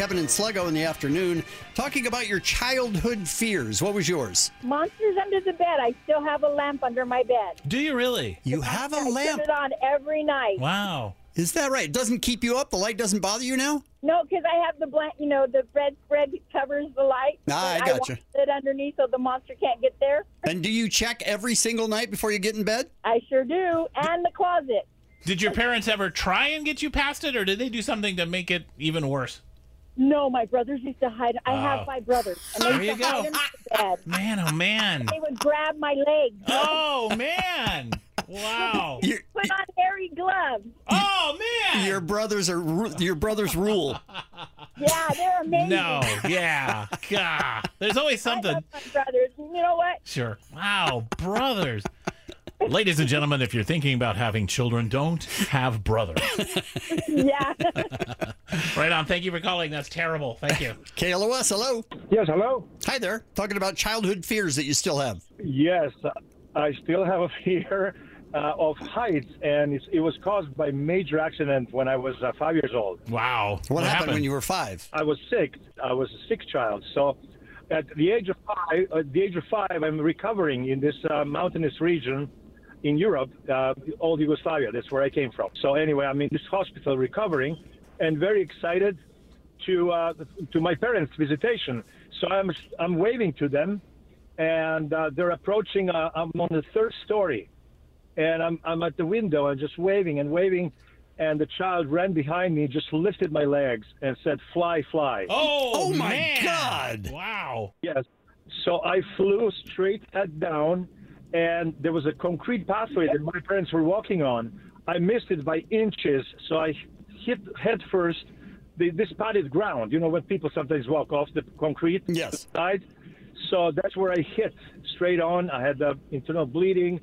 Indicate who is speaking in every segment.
Speaker 1: Kevin and Sluggo in the afternoon talking about your childhood fears. What was yours?
Speaker 2: Monsters under the bed. I still have a lamp under my bed.
Speaker 3: Do you really?
Speaker 1: You have a
Speaker 2: I
Speaker 1: lamp.
Speaker 2: turn it on every night.
Speaker 3: Wow.
Speaker 1: Is that right? It doesn't keep you up? The light doesn't bother you now?
Speaker 2: No, because I have the blank. You know, the red spread covers the light.
Speaker 1: Ah,
Speaker 2: but
Speaker 1: I gotcha.
Speaker 2: want It underneath, so the monster can't get there.
Speaker 1: And do you check every single night before you get in bed?
Speaker 2: I sure do. And the closet.
Speaker 3: Did your parents ever try and get you past it, or did they do something to make it even worse?
Speaker 2: No, my brothers used to hide. I
Speaker 3: Oh.
Speaker 2: have five brothers, and
Speaker 3: There
Speaker 2: they used to
Speaker 3: you
Speaker 2: hide
Speaker 3: go.
Speaker 2: under the bed.
Speaker 3: Man, oh man.
Speaker 2: They would grab my legs,
Speaker 3: Oh man. Wow.
Speaker 1: Your,
Speaker 2: put on hairy gloves.
Speaker 3: Oh man.
Speaker 1: your brothers are ru- your brothers rule.
Speaker 2: Yeah, they're amazing.
Speaker 3: no. Yeah. Gah. There's always
Speaker 2: I
Speaker 3: something.
Speaker 2: love my brothers. You know what?
Speaker 3: Sure. Wow, brothers. Ladies and gentlemen, if you're thinking about having children, don't have brothers.
Speaker 2: Yeah.
Speaker 3: Right on. Thank you for calling. That's terrible. Thank you.
Speaker 1: KLOS, hello.
Speaker 4: Yes, hello.
Speaker 1: Hi there. Talking about childhood fears that you still have.
Speaker 4: Yes, I still have a fear uh, of heights, and it's, it was caused by major accident when I was uh, five years old.
Speaker 3: Wow. What,
Speaker 1: What, happened, when you were five?
Speaker 4: I was sick. I was a sick child. So, at the age of five, at the age of five, I'm recovering in this uh, mountainous region in Europe, uh, old Yugoslavia. That's where I came from. So anyway, I'm in this hospital recovering, and very excited to uh, to my parents' visitation. So I'm I'm waving to them, and uh, they're approaching. Uh, I'm on the third story, and I'm I'm at the window and just waving and waving. And the child ran behind me, just lifted my legs, and said, "Fly, fly!"
Speaker 3: Oh,
Speaker 1: Oh, my
Speaker 3: man.
Speaker 1: God.
Speaker 3: Wow.
Speaker 4: Yes. So I flew straight head down, and there was a concrete pathway that my parents were walking on. I missed it by inches, so I hit head first the, this padded ground. You know when people sometimes walk off the concrete
Speaker 1: Yes.
Speaker 4: side. So that's where I hit straight on. I had uh, internal bleeding,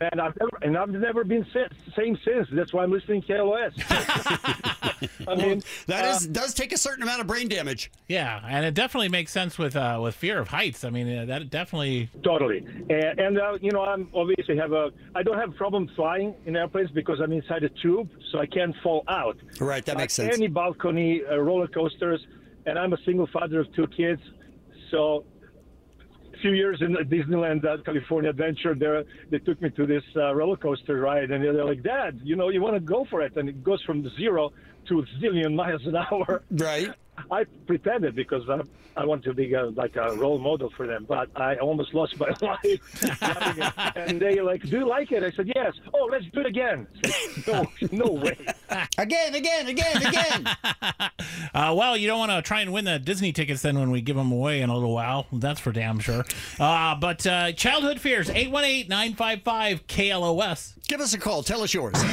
Speaker 4: and I've never and I've never been since, same since. That's why I'm listening to KLOS. I mean,
Speaker 1: That is does take a certain amount of brain damage.
Speaker 3: Yeah, and it definitely makes sense with uh, with fear of heights. I mean, uh, that definitely.
Speaker 4: Totally, and, and uh, you know, I'm obviously have a. I don't have problem flying in airplanes because I'm inside a tube, so I can't fall out.
Speaker 1: Right, that makes
Speaker 4: Like
Speaker 1: sense.
Speaker 4: Any balcony, uh, roller coasters, and I'm a single father of two kids, so. A few years in Disneyland uh, California Adventure, there they took me to this uh, roller coaster ride, and they're like, "Dad, you know, you want to go for it?" And it goes from zero to a zillion miles an hour.
Speaker 1: Right.
Speaker 4: I pretended because I, I want to be uh like a role model for them, but I almost lost my life. driving it. and they like, do you like it? I said, yes. Oh, let's do it again. I said, no, no way.
Speaker 1: Again, again, again, again.
Speaker 3: Uh, well, you don't want to try and win the Disney tickets then when we give them away in a little while. That's for damn sure. Uh, but uh, childhood fears 818 955 KLOS.
Speaker 1: Give us a call. Tell us yours.